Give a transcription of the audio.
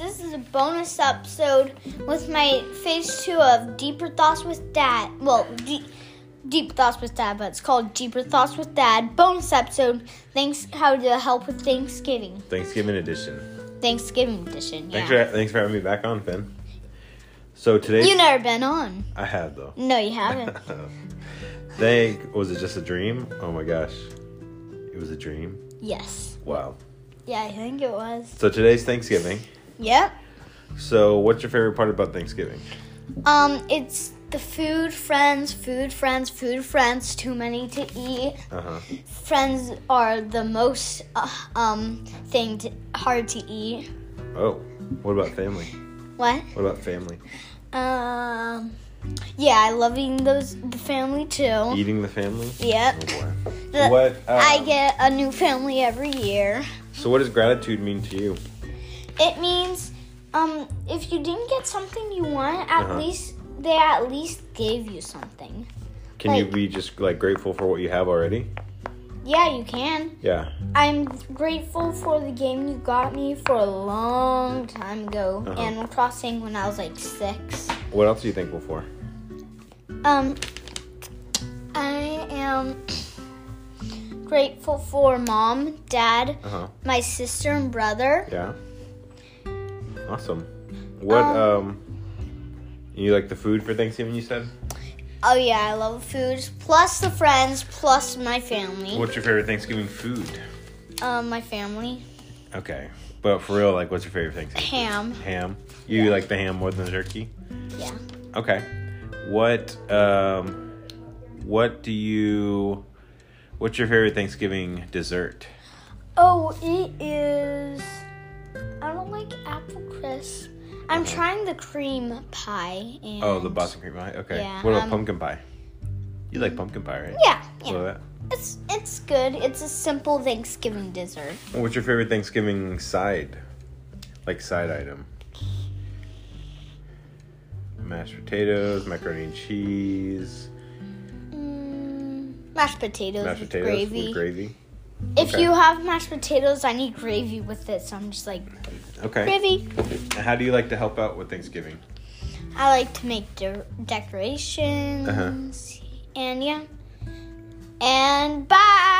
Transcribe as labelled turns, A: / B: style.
A: is a bonus episode with my phase two of Deeper Thoughts with Dad. Well, de- Deep Thoughts with Dad, but it's called Deeper Thoughts with Dad. Bonus episode. Thanks. How to help with Thanksgiving.
B: Thanksgiving edition.
A: Thanksgiving edition. Yeah.
B: Thanks for thanks for having me back on, Finn. So today
A: you never been on.
B: I have though.
A: No, you haven't.
B: They was it just a dream? Oh my gosh, it was a dream.
A: yes.
B: Wow.
A: Yeah, I think it was.
B: So today's Thanksgiving.
A: Yep.
B: So what's your favorite part about Thanksgiving?
A: Um, it's the food, friends, food, friends, food, friends. Too many to eat.
B: Uh huh.
A: friends are the most uh, um thing to, hard to eat.
B: Oh, what about family?
A: What?
B: What about family?
A: Um. Yeah, I love eating those the family too.
B: Eating the family.
A: Yep.
B: Oh boy.
A: The-
B: What?
A: I
B: um,
A: get a new family every year.
B: So what does gratitude mean to you?
A: It means um if you didn't get something you want, at
B: Uh-huh.
A: least they at least gave you something.
B: Can you
A: Like-
B: be just like grateful for what you have already?
A: Yeah, you can.
B: Yeah.
A: I'm grateful for the game you got me for a long time ago,
B: Uh-huh.
A: Animal Crossing when I was like 6.
B: What else are you thankful for?
A: Um, I am grateful for mom, dad,
B: Uh huh.
A: my sister, and brother.
B: Yeah. Awesome. What um,
A: Um,
B: you like the food for Thanksgiving you said?
A: Oh yeah, I love food. Plus the friends, plus my family.
B: What's your favorite Thanksgiving food?
A: Um, my family,
B: Okay. But for real, like what's your favorite Thanksgiving?
A: ham.
B: Ham. You like the ham more than the turkey?
A: Yeah.
B: Okay. What um what do you what's your favorite Thanksgiving dessert?
A: Oh, it is. I don't like apple crisp. I'm trying the cream pie. And
B: Oh, the Boston cream pie. Okay.
A: Yeah,
B: what about
A: um,
B: pumpkin pie? You like pumpkin pie, right?
A: Yeah,
B: What
A: yeah.
B: about that?
A: It's it's good. It's a simple Thanksgiving dessert.
B: What's your favorite Thanksgiving side? Like side item? Mashed potatoes, macaroni and cheese,
A: Mm, mashed potatoes
B: mashed
A: with
B: potatoes
A: gravy.
B: with gravy.
A: If
B: Okay.
A: you have mashed potatoes, I need gravy with it. So I'm just like
B: Okay.
A: gravy.
B: And How do you like to help out with Thanksgiving?
A: I like to make de-
B: Uh-huh.
A: decorations, and yeah, and bye.